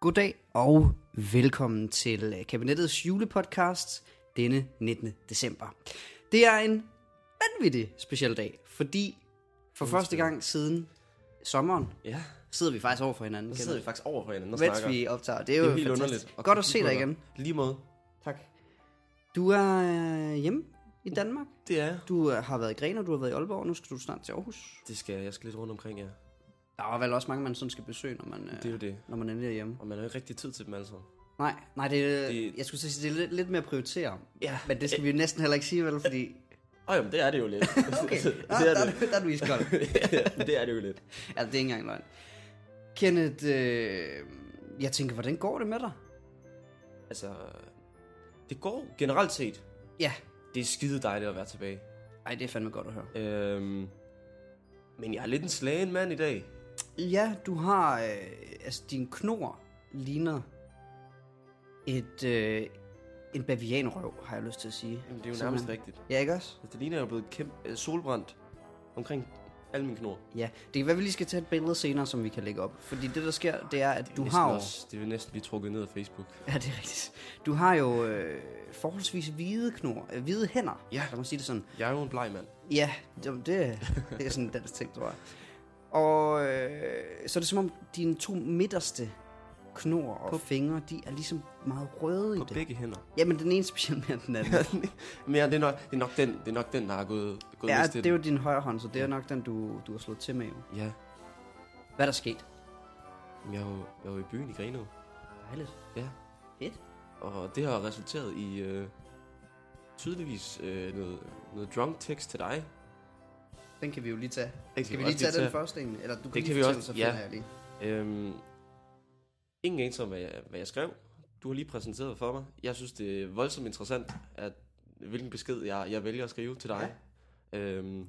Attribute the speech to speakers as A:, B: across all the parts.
A: Goddag og velkommen til Kabinettets julepodcast denne 19. december. Det er en vanvittig speciel dag, fordi for første gang siden sommeren
B: Ja,
A: sidder vi faktisk over for hinanden.
B: så sidder vi faktisk over for hinanden og
A: mens
B: snakker.
A: vi optager. Det er jo,
B: det er jo helt
A: fantastisk.
B: underligt.
A: Godt at
B: kigge
A: se
B: på
A: dig igen.
B: Lige måde. Tak.
A: Du er øh, hjemme i Danmark.
B: Det er jeg.
A: Du øh, har været i Gren, og du har været i Aalborg, og nu skal du snart til Aarhus.
B: Det skal jeg. Jeg skal lidt rundt omkring, ja.
A: Der er vel også mange, man sådan skal besøge, når man, øh,
B: Det er jo det.
A: når man endelig er hjemme.
B: Og man har jo ikke rigtig tid til dem alle sammen.
A: Nej, nej det, det,
B: Det-
A: jeg skulle så sige, det er lidt, lidt mere at prioritere.
B: Ja.
A: Men det skal vi jo næsten heller ikke sige, vel? Fordi,
B: Åh, jamen, det er det jo lidt.
A: okay,
B: det
A: Nå,
B: er
A: der,
B: det.
A: er du- der er du iskold.
B: Ja, det er det jo lidt.
A: Altså, det er ikke engang løgn. Kenneth, øh, jeg tænker, hvordan går det med dig?
B: Altså, det går generelt set.
A: Ja,
B: Det er skide dejligt at være tilbage.
A: ej, det er fandme godt at høre.
B: Øhm, men jeg er lidt en slagen mand i dag.
A: Ja, du har, øh, altså din knor ligner et, øh, en bavianrøv, har jeg lyst til at sige.
B: Jamen, det er jo
A: Simpelthen.
B: nærmest rigtigt.
A: Ja, ikke også?
B: Altså, det ligner, jeg er blevet kæmpe, øh, solbrændt omkring alle mine knor.
A: Ja, det kan være, vi lige skal tage et billede senere, som vi kan lægge op. Fordi det, der sker, det er, at du
B: Næsten
A: har jo...
B: Også, det vil næsten blive trukket ned af Facebook.
A: Ja, det er rigtigt. Du har jo øh, forholdsvis hvide knor, øh, hvide hænder.
B: Ja.
A: Lad mig sige det sådan.
B: Jeg er jo en bleg mand.
A: Ja, det, det, det er sådan en dansk ting, tror jeg. Og øh, så er det som om, dine to midterste knor og på fingre, de er ligesom meget røde i
B: På
A: det.
B: begge hænder.
A: Jamen, den ene specielt mere end den anden.
B: Men ja, det er, nok, det, er nok den, det er nok den, der har gået, gået
A: ja,
B: mest til
A: det er jo din højre hånd, så det er nok den, du, du har slået til med. Jo.
B: den. Ja,
A: Hvad er der sket?
B: men jeg er jo, jeg er jo i byen i Grenaa.
A: Dejligt.
B: Ja,
A: Fedt.
B: og det har resulteret i øh, tydeligvis øh, noget, noget drunk text til dig.
A: Den kan vi jo lige tage.
B: kan
A: Skal
B: vi
A: vi lige
B: også lige
A: tage den
B: tage.
A: første egentlig? Eller du kan,
B: Det
A: lige
B: kan vi
A: fortælle,
B: også-
A: så
B: ja.
A: finder jeg lige.
B: Øhm, ingen anelse om, hvad jeg, hvad jeg skrev. Du har lige præsenteret for mig. Jeg synes, det er voldsomt interessant, at, hvilken besked jeg, jeg vælger at skrive til dig. Ja. Øhm,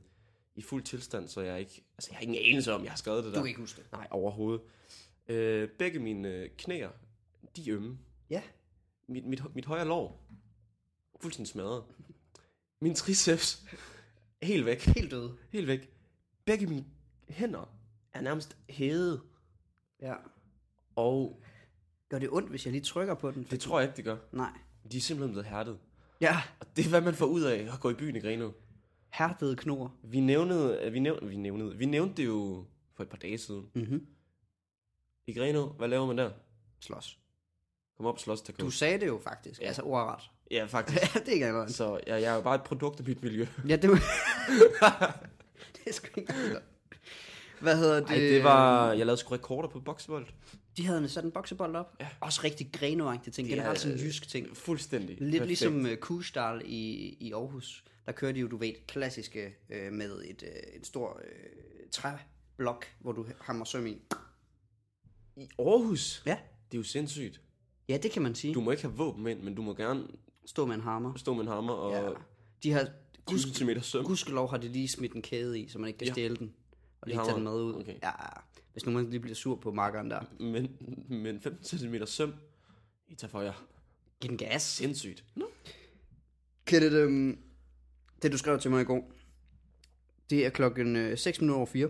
B: I fuld tilstand, så jeg ikke... Altså, jeg har ingen anelse om, jeg har skrevet det
A: Du
B: der.
A: kan ikke huske det.
B: Nej, overhovedet. Øh, begge mine øh, knæer, de er ømme.
A: Ja.
B: Mit, mit, mit højre lår, fuldstændig smadret. Min triceps, helt væk.
A: Helt død.
B: Helt væk. Begge mine hænder er nærmest hævet.
A: Ja.
B: Og
A: Gør det ondt, hvis jeg lige trykker på den?
B: det tror jeg ikke, det gør.
A: Nej.
B: De er simpelthen blevet hærdet.
A: Ja.
B: Og det er, hvad man får ud af at gå i byen i Grenaa.
A: Hærdede knor.
B: Vi nævnede, øh, vi nævnte, vi nævnede, vi nævnte det jo for et par dage siden.
A: Mhm.
B: I Grenaa, hvad laver man der?
A: Slås.
B: Kom op og slås til
A: Du sagde det jo faktisk. Ja. Altså ordret.
B: Ja, faktisk.
A: Ja, det er ikke engang
B: Så jeg, jeg er jo bare et produkt af mit miljø.
A: Ja, det var... det er sgu ikke godt. Hvad hedder det? øhm,
B: Ej, det var... Jeg lavede sgu rekorder på boksebold.
A: De havde sat en boksebold op. Ja. Også rigtig grenoagtig ting. Generelt sådan en jysk ting.
B: øh, Fuldstændig.
A: Lidt ligesom uh, Kustal i, i Aarhus. Der kører de jo, du ved, klassiske øh, med et, øh, en stor øh, træblok, hvor du hammer søm i.
B: I Aarhus?
A: Ja.
B: Det er jo sindssygt.
A: Ja, det kan man sige.
B: Du
A: Du...
B: må ikke have våben ind, men du må gerne
A: Stå med en hammer.
B: stå med en hammer og
A: Ja. De har...
B: 10 centimeter søm.
A: Gudskelov har de lige smidt en kæde i, så man ikke kan ja.
B: Ja.
A: stjæle den. Og lige
B: har
A: tage den
B: man.
A: med ud.
B: Okay.
A: Ja, hvis nu man lige bliver sur på markeren der.
B: Men, men 15 centimeter søm, I tager for jer.
A: Giv den gas.
B: Sindssygt.
A: Kenneth, øhm, det du skrev til mig i går, det er klokken øh, 6 minutter over 4.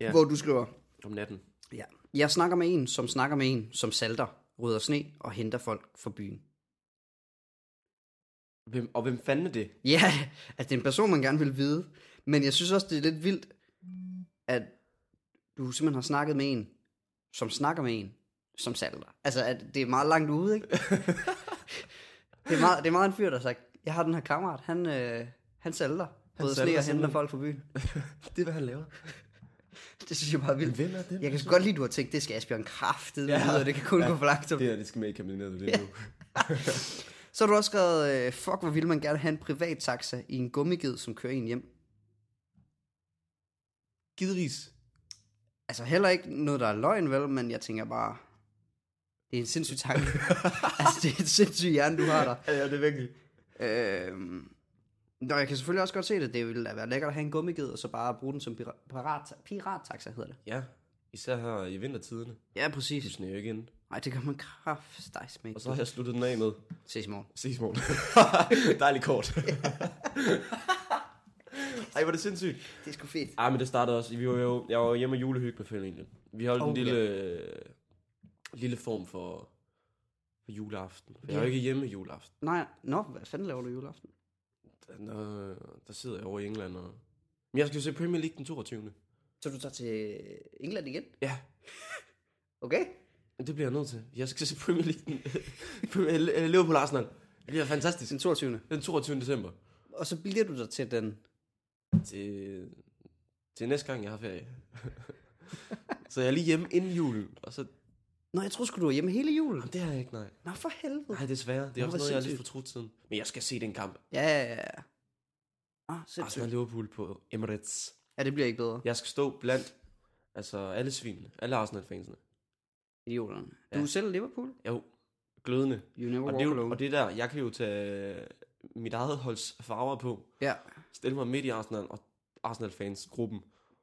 B: Ja.
A: Hvor du skriver,
B: Om natten.
A: ja, jeg snakker med en, som snakker med en, som salter, rydder sne og henter folk fra byen.
B: Hvem, og hvem fanden er det?
A: Ja, at det er en person, man gerne vil vide. Men jeg synes også, det er lidt vildt, at du simpelthen har snakket med en, som snakker med en, som salter. Altså, at det er meget langt ude, ikke? det, er meget, det er meget en fyr, der har sagt, jeg har den her kammerat, han, øh, han salter. Han
B: salter
A: sne og henter
B: simpelthen.
A: folk fra byen.
B: Det er, hvad han laver.
A: Det synes jeg bare er vildt.
B: Hvem er det?
A: Jeg kan sgu godt lide, du har tænkt, det skal Asbjørn kraftet ja. ud, og det kan kun ja. gå for langsomt.
B: Det her, det skal med i kabinetet, det er nu.
A: Så har du også skrevet, øh, fuck, hvor ville man gerne have en privat taxa i en gummiged, som kører en hjem.
B: Gideris.
A: Altså heller ikke noget, der er løgn, vel, men jeg tænker bare, det er en sindssyg tanke. altså, det er en sindssyg hjerne, du har der.
B: Ja, ja, det er virkelig.
A: Øhm, Nå, jeg kan selvfølgelig også godt se det. Det ville da være lækkert at have en gummiged, og så bare bruge den som pira- pirat, pirattaxa, hedder det.
B: Ja, især her i vintertiderne.
A: Ja,
B: Du
A: præcis.
B: sneer jo ikke ind.
A: Nej, det gør man kraftstejs med.
B: Og så har jeg sluttet den af med.
A: Ses i morgen.
B: Ses i morgen. Dejligt kort. Ej, hvor er det sindssygt.
A: Det er sgu fedt.
B: Ah, men det startede også. Vi var jo, jeg var jo hjemme i julehygge med familien. Vi holdt oh,
A: Oh,
B: en lille øh, lille form for, for juleaften. For Jeg er
A: Ja.
B: jo ikke hjemme juleaften.
A: Nej, nå, hvad fanden laver du juleaften?
B: Der, der sidder jeg over i England. Og... Men jeg skal jo se Premier League den 22.
A: Så du tager til England igen?
B: Ja,
A: Okay.
B: det bliver jeg nødt til. Jeg skal se Premier League den... Premier- eller Liverpool Arsenal. Det bliver fantastisk.
A: Den 22.
B: Den 22. december.
A: Og så bliver du der til den.
B: Til, til næste gang, jeg har ferie. så jeg er lige hjemme inden julen. Og så...
A: Nå, jeg troede sgu, du var hjemme hele julen.
B: Jamen, det har jeg ikke, nej.
A: Nå, for helvede.
B: Nej, desværre. Det
A: Nå,
B: er også
A: hvor
B: noget, jeg har lidt
A: sindssygt.
B: fortrudt siden. Men jeg skal se den kamp.
A: Ja, ja, ja. Ah,
B: Arsenal
A: sindssygt.
B: Liverpool på Emirates.
A: Ja, det bliver ikke bedre.
B: Jeg skal stå blandt altså alle svinene, alle Arsenal-fansene.
A: Idioterne. Du
B: Ja.
A: er selv Liverpool.
B: Jo, glødende.
A: You never
B: Og
A: walk
B: det, er jo-
A: alone.
B: og det er der, jeg kan jo tage mit eget holds farver på,
A: Ja,
B: stille mig midt i Arsenal og Arsenal-fans-gruppen,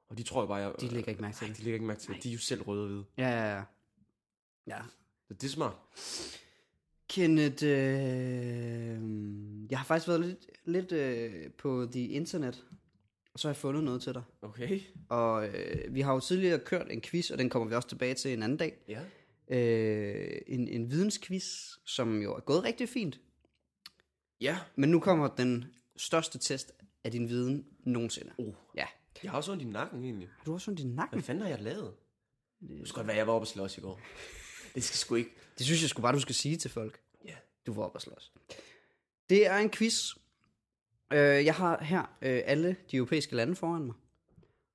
B: og de tror jo bare, jeg...
A: de lægger ikke mærke til
B: Nej,
A: det.
B: de lægger ikke mærke til det. De er jo selv røde og hvide.
A: Ja, ja, ja. Ja.
B: Så det er smart.
A: Kenneth, øh... jeg har faktisk været lidt, lidt øh, på the internet, og så har jeg fundet noget til dig.
B: Okay.
A: Og øh, vi har jo tidligere kørt en quiz, og den kommer vi også tilbage til en anden dag.
B: Ja.
A: Øh, en, en vidensquiz, som jo er gået rigtig fint.
B: Ja.
A: Men nu kommer den største test af din viden nogensinde.
B: Oh.
A: Ja.
B: Jeg har også ondt i nakken, egentlig.
A: Har du også sådan din nakke?
B: Hvad fanden har jeg lavet? Det skulle godt være, jeg var oppe og slås i går. Det skal sgu ikke.
A: Det synes jeg sgu bare, du skal sige til folk.
B: Ja.
A: Du var op og slås. Det er en quiz. Øh, Jeg har her øh, alle de europæiske lande foran mig.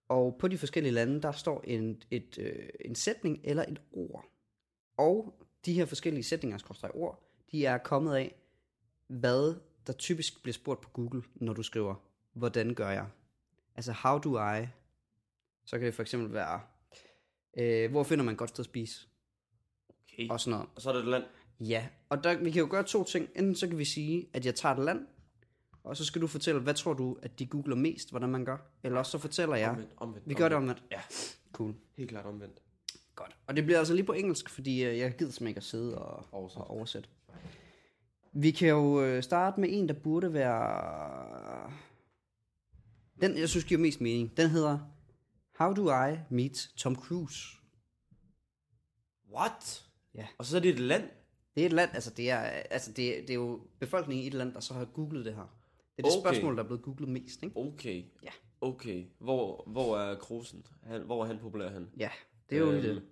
A: Og på de forskellige lande, der står en, et, øh, en sætning eller et ord. Og de her forskellige sætninger, skorstræk ord, de er kommet af, hvad der typisk bliver spurgt på Google, når du skriver, hvordan gør jeg? Altså, how do I? Så kan det for eksempel være, øh, hvor finder man et godt sted at spise?
B: Okay.
A: Og sådan noget.
B: Og så er det et land.
A: Ja, og der, vi kan jo gøre to ting. Enten så kan vi sige, at jeg tager et land, og så skal du fortælle, hvad tror du, at de googler mest, hvordan man gør. Eller også så fortæller jeg.
B: Omvendt, omvendt,
A: Vi gør det
B: omvendt.
A: omvendt.
B: Ja,
A: Cool.
B: helt klart omvendt.
A: Godt. Og det bliver altså lige på engelsk, fordi øh, jeg gider simpelthen ikke at sidde og
B: Oversæt.
A: oversætte. og oversætte. Vi kan jo øh, starte med en, der burde være... Den, jeg synes, giver mest mening. Den hedder How do I meet Tom Cruise?
B: What?
A: Ja.
B: Og så er det et land.
A: Det er et land, altså det er, altså det, det er jo befolkningen i et land, der så har googlet det her. Det er det
B: Okay.
A: okay. spørgsmål, der er blevet googlet mest, ikke?
B: Okay.
A: Ja.
B: Okay. Hvor, hvor er Krosen? Han, hvor er han populær, han?
A: Ja, det er jo
B: Øhm.
A: øhm. det.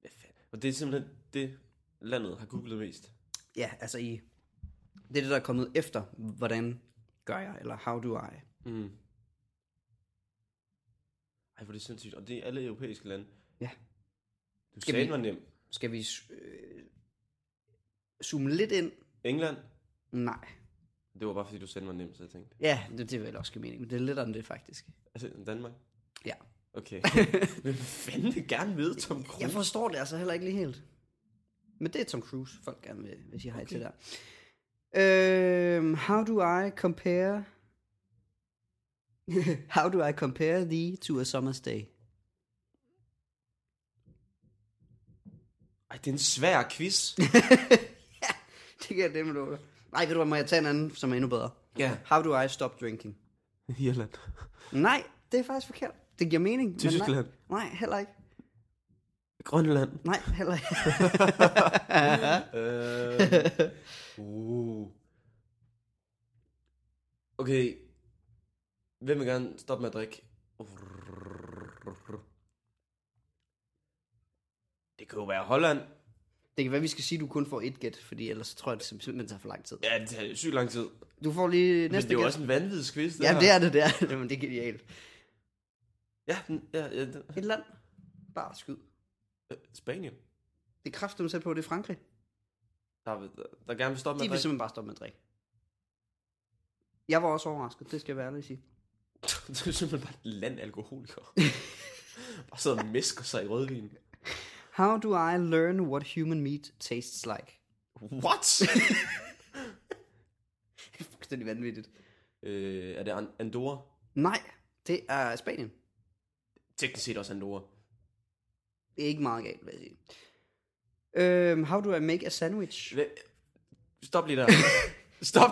B: Hvad fanden? Og det er simpelthen det, landet har googlet mest.
A: Ja, altså i... Det er det, der er kommet efter, hvordan gør jeg, eller how do I?
B: Mm. Ej, hvor er det sindssygt. Og det er alle europæiske lande.
A: Ja.
B: Du
A: Skal
B: sagde,
A: vi-
B: var nem.
A: Skal vi øh, zoome lidt ind?
B: England?
A: Nej.
B: Det var bare fordi, du sagde, den var nem, så jeg tænkte.
A: Ja, det, det vil også give mening, men det er lidt om det faktisk.
B: Altså, Danmark?
A: Ja.
B: Okay. Hvem fanden vil gerne vide Tom Cruise?
A: Jeg forstår det altså heller ikke lige helt. Men det er Tom Cruise, folk gerne vil, vil sige hej
B: Okay.
A: til der. Øhm, how do I compare... how do I compare thee to a summer's day?
B: Ej, det er en svær quiz.
A: Det kan jeg nemme love dig. Nej, ved du hvad, må jeg tage en anden, som er endnu bedre?
B: ja.
A: How do I stop drinking?
B: Irland.
A: Nej, det er faktisk forkert. Det giver mening. men Nej,
B: Tyskland.
A: nej, heller ikke.
B: Grønland.
A: Nej, heller ikke.
B: Øh. uh. Okay. Hvem vil gerne stoppe med at drikke? Det kunne jo være Holland.
A: Det kan være, vi skal sige, at du kun får et gæt, fordi ellers så tror jeg, det simpelthen tager for lang tid.
B: Ja, det tager sygt lang tid. Næste
A: Du får lige
B: Men det
A: næste
B: er jo
A: gæt.
B: også en vanvittig quiz, det
A: Ja,
B: her.
A: det er det, det er. Jamen, det er genialt.
B: Ja, den, ja, ja den.
A: Et land. Bare skyd.
B: Øh, Spanien.
A: Det er kraftigt, selv på, det er Frankrig.
B: Der, vil- der, der gerne vil stoppe
A: De
B: med
A: vil
B: at drikke.
A: simpelthen bare stoppe med at drikke. Jeg var også overrasket, det skal jeg være ærlig at sige.
B: det er simpelthen bare et land alkoholiker. bare sidder og mesker sig i rødvin.
A: How do I learn what human meat tastes like?
B: What?
A: Det er fuldstændig vanvittigt.
B: øh, er det An- Andorra?
A: Nej, det er Spanien.
B: Teknisk set også Andorra.
A: Det er ikke meget galt, vil jeg sige. Øhm, how do I make a sandwich?
B: Hva- Stop lige der. Stop.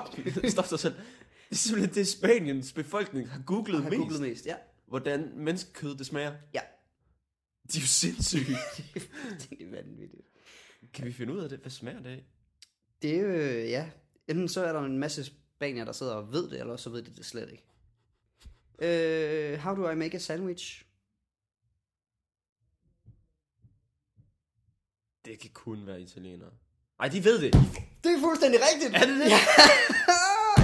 B: Stop dig selv. Det er simpelthen det, Spaniens befolkning har googlet
A: Jeg har
B: mest.
A: googlet mest, ja.
B: Hvordan menneskekød det smager.
A: Ja,
B: De er jo sindssyge.
A: det er vanvittigt.
B: kan vi finde ud af det? Hvad smager det af?
A: Det er jo, ja. Enten så er der en masse spanier, der sidder og ved det, eller også så ved de det slet ikke. Øh, how do I make a sandwich?
B: Det kan kun være italienere. Ej, de ved det.
A: Det er fuldstændig rigtigt! Er det det?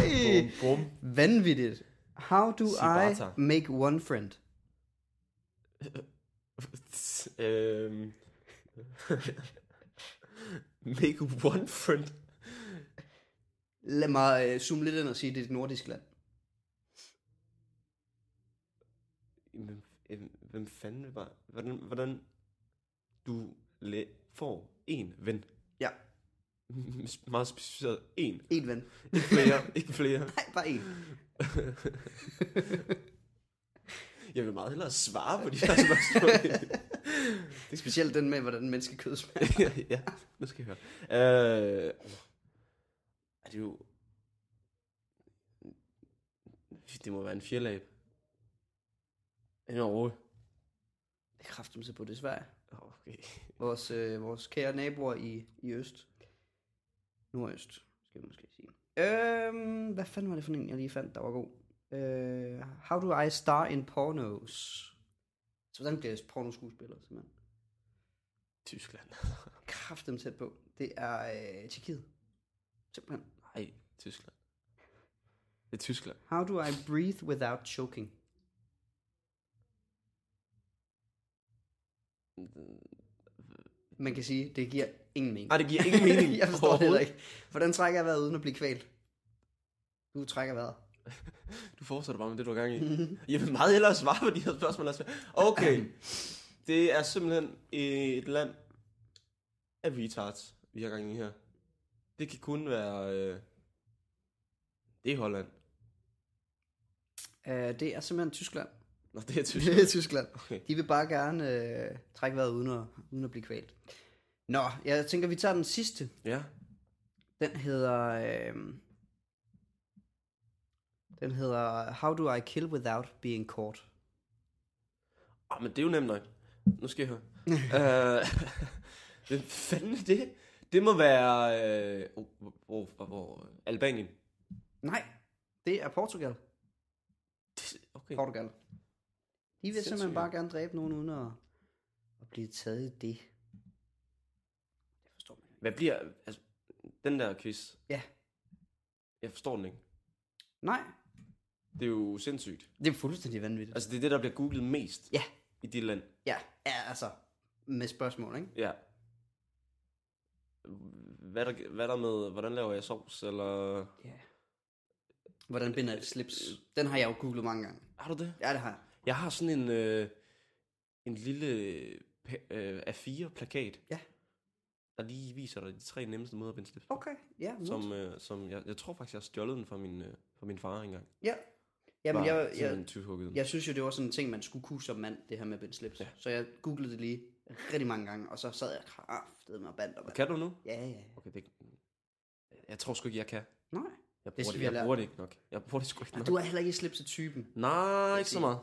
A: Ja.
B: Bum, bum.
A: Vanvittigt. How do
B: Ciabatta.
A: I make one friend?
B: øhm. Make one friend.
A: Lad mig øh, zoome lidt ind og sige, at det er et nordisk land.
B: Hvem, hvem- hvem fanden vil bare... Hvordan, hvordan du læ- får en ven?
A: Ja,
B: Meget specificeret. En.
A: en ven.
B: Ikke flere. Ikke flere.
A: Nej, bare en.
B: Jeg vil meget hellere svare på de her spørgsmål.
A: Specielt den med, hvordan menneskekød smager.
B: ja, nu skal jeg høre. Øh, er det jo... Det må være en fjerlab. En overhoved.
A: Det er kraftigt se på det er Sverige.
B: Okay.
A: Vores, øh, vores kære naboer i, i øst. Nordøst, skal jeg måske sige. Øhm, hvad fanden var det for en, jeg lige fandt, der var god? Øh, how do I star in pornos? Så hvordan bliver jeg pornoskuespiller, simpelthen?
B: Tyskland.
A: Kraft dem tæt på. Det er øh, Tjekkiet. Simpelthen.
B: Nej, Tyskland. Det er Tyskland.
A: How do I breathe without choking? Man kan sige, det giver ingen mening.
B: Nej, det giver ingen mening.
A: jeg forstår det heller ikke. Hvordan trækker jeg vejret uden at blive kvalt? Du trækker vejret.
B: Du fortsætter bare med det, du har gang i. Jeg vil meget hellere svare på de her spørgsmål. altså. Okay. Det er simpelthen et land af retards, vi har gang i her. Det kan kun være... Øh, det er Holland.
A: Uh, det er simpelthen Tyskland.
B: Nå, det er
A: Det er
B: Tyskland.
A: Tyskland.
B: Okay.
A: De vil bare gerne øh, trække vejret uden at, uden at blive kvalt. Nå, jeg tænker, vi tager den sidste.
B: Ja.
A: Den hedder... Øh, den hedder How do I kill without being caught?
B: Oh, men det er jo nemt nok. Nu skal jeg høre. Øh, Hvem fanden er det? Det må være... Øh, oh, hvor, hvor, hvor, hvor, Albanien.
A: Nej, det er Portugal.
B: Det- Okay.
A: Portugal. De vil simpelthen
B: Sindssygt.
A: bare gerne dræbe nogen uden at, at blive taget i det. Det forstår man ikke.
B: Hvad bliver... Altså, den der quiz,
A: Ja.
B: jeg forstår den ikke.
A: Nej,
B: Det er jo sindssygt.
A: det er fuldstændig vanvittigt.
B: Altså, det er det, der bliver googlet mest
A: Ja,
B: i dit land.
A: ja, ja altså med spørgsmål, ikke?
B: Ja. Hvad er der, hvad er der med, hvordan laver jeg sovs, eller...
A: Ja. Øh, Hvordan binder et slips? Den har jeg jo googlet mange gange.
B: Har du det?
A: Ja, det har jeg.
B: Jeg har sådan en, øh, en lille pa- øh, A4-plakat,
A: Ja.
B: der lige viser dig de tre nemmeste måder at binde slips. på,
A: Okay, ja. Som,
B: Som, øh, som jeg, jeg tror faktisk, jeg har stjålet den fra min, øh, fra min far engang.
A: ja. Jamen, jeg, jeg,
B: jeg, jeg,
A: jeg synes jo, det var sådan en ting, man skulle kunne som mand, det her med at binde slips. Ja. Så jeg googlede det lige rigtig mange gange, og så sad jeg kraftet med bandt og
B: Kan du nu?
A: Ja, ja.
B: Okay, det, jeg tror sgu ikke, jeg kan.
A: Nej.
B: Jeg
A: Det
B: bruger
A: skal vi
B: det, det,
A: have
B: jeg
A: lært.
B: bruger det ikke nok. Jeg bruger det sgu ikke
A: Og
B: nok.
A: du er heller ikke slipset-typen.
B: Nej, ikke så
A: sige.
B: meget.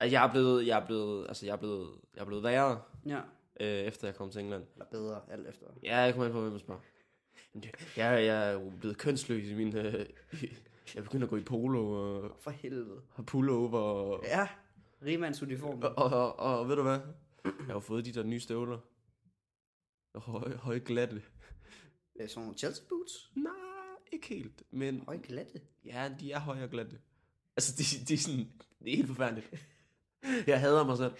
B: Altså, Jeg er blevet, jeg er blevet, altså jeg er blevet, jeg er blevet værre,
A: Ja.
B: øh, efter jeg kom til England.
A: Eller bedre, alt efter.
B: Ja, jeg kommer ind på, hvem man spørger. Jamen, det- Jeg, jeg er jo blevet kønsløs i min, øh, jeg begynder at gå i polo og
A: For helvede.
B: har pullover og,
A: Ja. Riemanns uniform.
B: og, og, og, og, ved du hvad? Jeg har jo fået de der nye støvler. Høje, høje glatte.
A: Øh, Sådan nogle Chelsea boots.
B: Nej, ikke helt, men
A: Høj glatte.
B: Ja, de er højere glatte. Altså, de, de er sådan... Det er helt forfærdeligt. Jeg hader mig selv.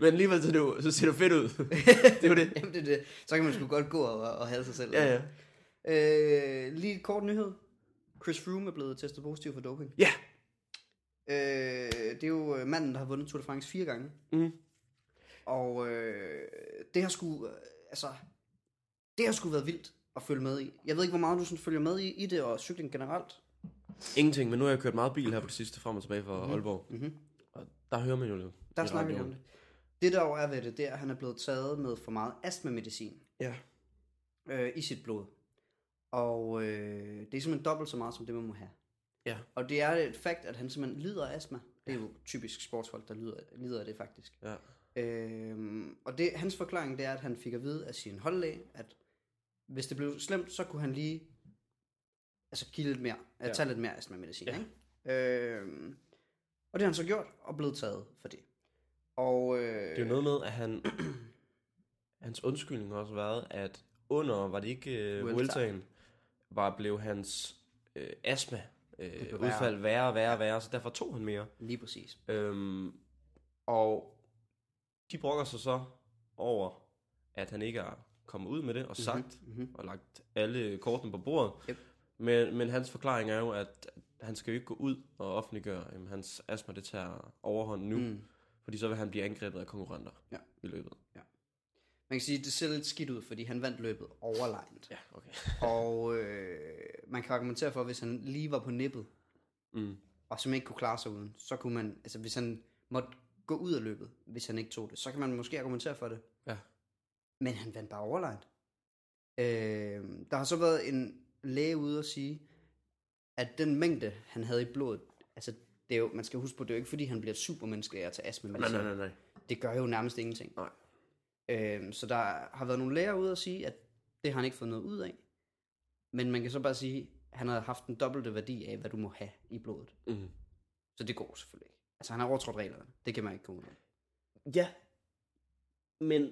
B: Men alligevel så, er det jo, så ser du fedt ud. det er jo det.
A: Jamen, det er det. Så kan man sgu godt gå og, og have sig selv.
B: Ja, ja.
A: Øh, lige et kort nyhed. Chris Froome er blevet testet positiv for doping.
B: Ja.
A: Øh, det er jo øh, manden, der har vundet Tour de France fire gange.
B: Mm.
A: Og øh, det har sgu, øh, altså, det har sgu været vildt at følge med i. Jeg ved ikke, hvor meget du sådan følger med i, i det, og cykling generelt.
B: Ingenting, men nu har jeg kørt meget bil her på det sidste frem og tilbage fra Aalborg.
A: Mm-hmm.
B: Og der hører man jo lidt.
A: Der
B: lidt
A: snakker vi
B: radioen.
A: om det. Det, der jo er ved det, det er, at han er blevet taget med for meget astmamedicin
B: Ja.
A: øh, i sit blod. Og øh, det er simpelthen dobbelt så meget, som det, man må have.
B: Ja.
A: Og det er et fakt, at han simpelthen lider af astma. Det er jo typisk sportsfolk, der lider, lider af det faktisk.
B: Ja.
A: Øhm, og det, hans forklaring det er, at han fik at vide af sin holdlæge, at hvis det blev slemt, så kunne han lige altså give lidt mere, ja.
B: Ja.
A: tage lidt mere astma medicin.
B: Ja.
A: Ja. Ikke? Øhm, og det har han så gjort, og blevet taget for det. Og, øh,
B: Det er jo noget med, at han, hans undskyldning har også været, at under, var det ikke uh,
A: Vueltaen.
B: Vueltaen, var blev hans øh, astma øh,
A: blev
B: udfald værre og værre og værre, så derfor tog han mere.
A: Lige præcis.
B: Øhm, og de brokker sig så over, at han ikke er kommet ud med det og sagt, mm-hmm.
A: Mm-hmm.
B: og lagt alle kortene på bordet.
A: Yep.
B: Men, men hans forklaring er jo, at han skal jo ikke gå ud og offentliggøre, at hans astma det tager overhånd nu, mm.
A: Mm.
B: fordi så vil han blive angrebet af konkurrenter
A: Ja.
B: i løbet.
A: Man kan sige, at det ser lidt skidt ud, fordi han vandt løbet overlegnet.
B: Ja, okay.
A: Og øh, man kan argumentere for, at hvis han lige var på nippet,
B: Mm.
A: og som ikke kunne klare sig uden, så kunne man, altså hvis han måtte gå ud af løbet, hvis han ikke tog det, så kan man måske argumentere for det.
B: Ja.
A: Men han vandt bare overlegnet. Øh, der har så været en læge ude og sige, at den mængde, han havde i blodet, altså det er jo, man skal huske på, det er jo ikke fordi, han bliver et supermenneske af at tage astma.
B: Nej, nej, nej, nej.
A: Det gør jo nærmest ingenting.
B: Nej.
A: Øhm, så der har været nogle læger ude og sige, at det har han ikke fået noget ud af. Men man kan så bare sige, at han har haft den dobbelte værdi af, hvad du må have i blodet.
B: Mm.
A: Så det går selvfølgelig ikke. Altså han har overtrådt reglerne. Det kan man ikke komme ud af.
B: Ja, men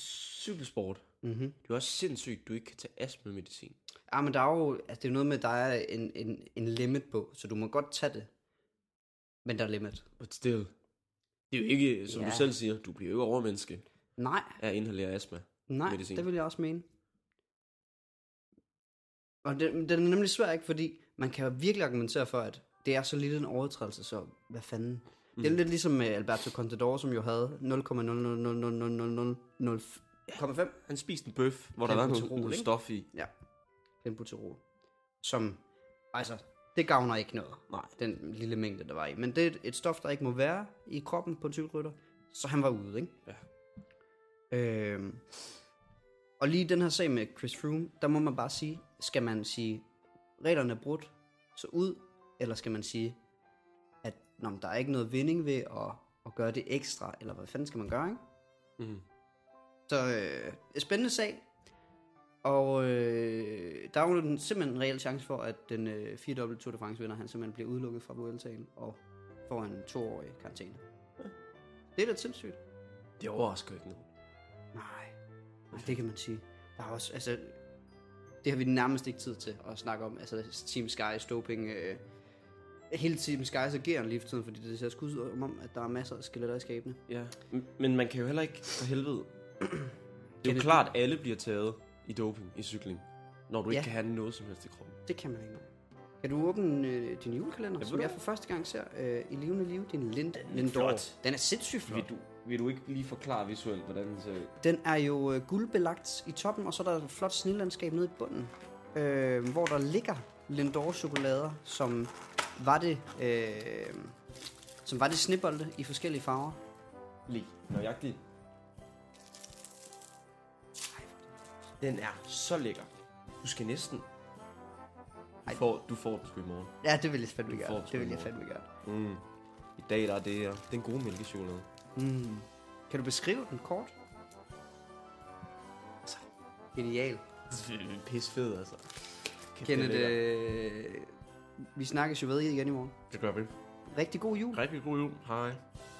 B: cykelsport,
A: Mm-hmm.
B: det er også sindssygt, du ikke kan tage astma-medicin.
A: Ah, men der er jo, altså det er jo noget med, at der er en, en, en limit på, så du må godt tage det. Men der er limit.
B: But still. Det er jo ikke, som ja.
A: Ja.
B: du selv siger, du bliver jo ikke overmenneske
A: Nej,
B: af at inhalere astma.
A: nej,
B: Medicin.
A: det vil jeg også mene. Og det, den er nemlig svært, ikke? Fordi man kan jo virkelig argumentere for, at det er så lille en overtrædelse, så hvad fanden. Mm. Det er lidt ligesom med Alberto Contador, som jo havde 0,0000005
B: Han spiste en bøf, hvor der
A: Kan
B: var
A: få
B: noget,
A: til rol,
B: noget
A: ikke?
B: stof i.
A: Ja. Clenbuterol. Som, altså, det gavner ikke noget.
B: Nej.
A: Den lille mængde, der var i. Men det er et, et stof, der ikke må være i kroppen på en cykelrytter. Så han var ude, ikke?
B: Ja.
A: Øhm, og lige i den her sag med Chris Froome, der må man bare sige, skal man sige, reglerne er brudt, så ud, eller skal man sige, at nå, men der er ikke noget vinding ved at, at gøre det ekstra, eller hvad fanden skal man gøre, ikke?
B: Mm.
A: Så øh, en spændende sag. Og øh, der er jo en, simpelthen en reel chance for, at den øh, 4 Tour de France vinder, han simpelthen bliver udelukket fra Vueltaen og får en toårig karantæne. Det er da sindssygt.
B: Det overrasker jo ikke nogen.
A: Nej, Nej det kan man sige. Der er også, altså, det har vi nærmest ikke tid til at snakke om. Altså Team Sky, Stoping, øh, hele Team Sky's ageren lige for tiden, fordi det ser skud ud om, om, at der er masser af skeletter i skabene.
B: Ja, m- men man kan jo heller ikke, for helvede. Det er jo
A: Kenneth-
B: klart, at alle bliver taget i doping i cykling, når du ikke
A: Ja.
B: kan have noget som helst i kroppen.
A: Det kan man ikke. Kan du åbne øh, din julekalender,
B: Ja,
A: som
B: ved
A: jeg
B: du-
A: for første gang ser øh, i levende liv? Din Lind Lindor.
B: flot.
A: Den er sindssygt flot.
B: Vil du, vil du ikke lige forklare visuelt, hvordan den ser ud?
A: Den er jo øh, guldbelagt i toppen, og så er der et flot snelandskab nede i bunden, øh, hvor der ligger Lindor-chokolader, som var det, øh, som var det snebolde i forskellige farver.
B: Lige nøjagtigt. Den er så lækker. Du skal næsten... Du
A: Ej.
B: får, du får den sgu i morgen.
A: Ja, det vil jeg fandme
B: Du
A: gøre.
B: får
A: Det vil jeg
B: sgu en
A: fandme gøre.
B: Mm. I dag der er det her. Den gode mælkechokolade.
A: Mm. Kan du beskrive den kort?
B: Altså,
A: Genial.
B: Pis fed, altså. Kæft,
A: Kenneth,
B: det, er
A: øh,
B: lækkert.
A: vi snakkes jo ved igen i morgen.
B: det gør vi.
A: Rigtig god jul.
B: Rigtig god jul. Hej.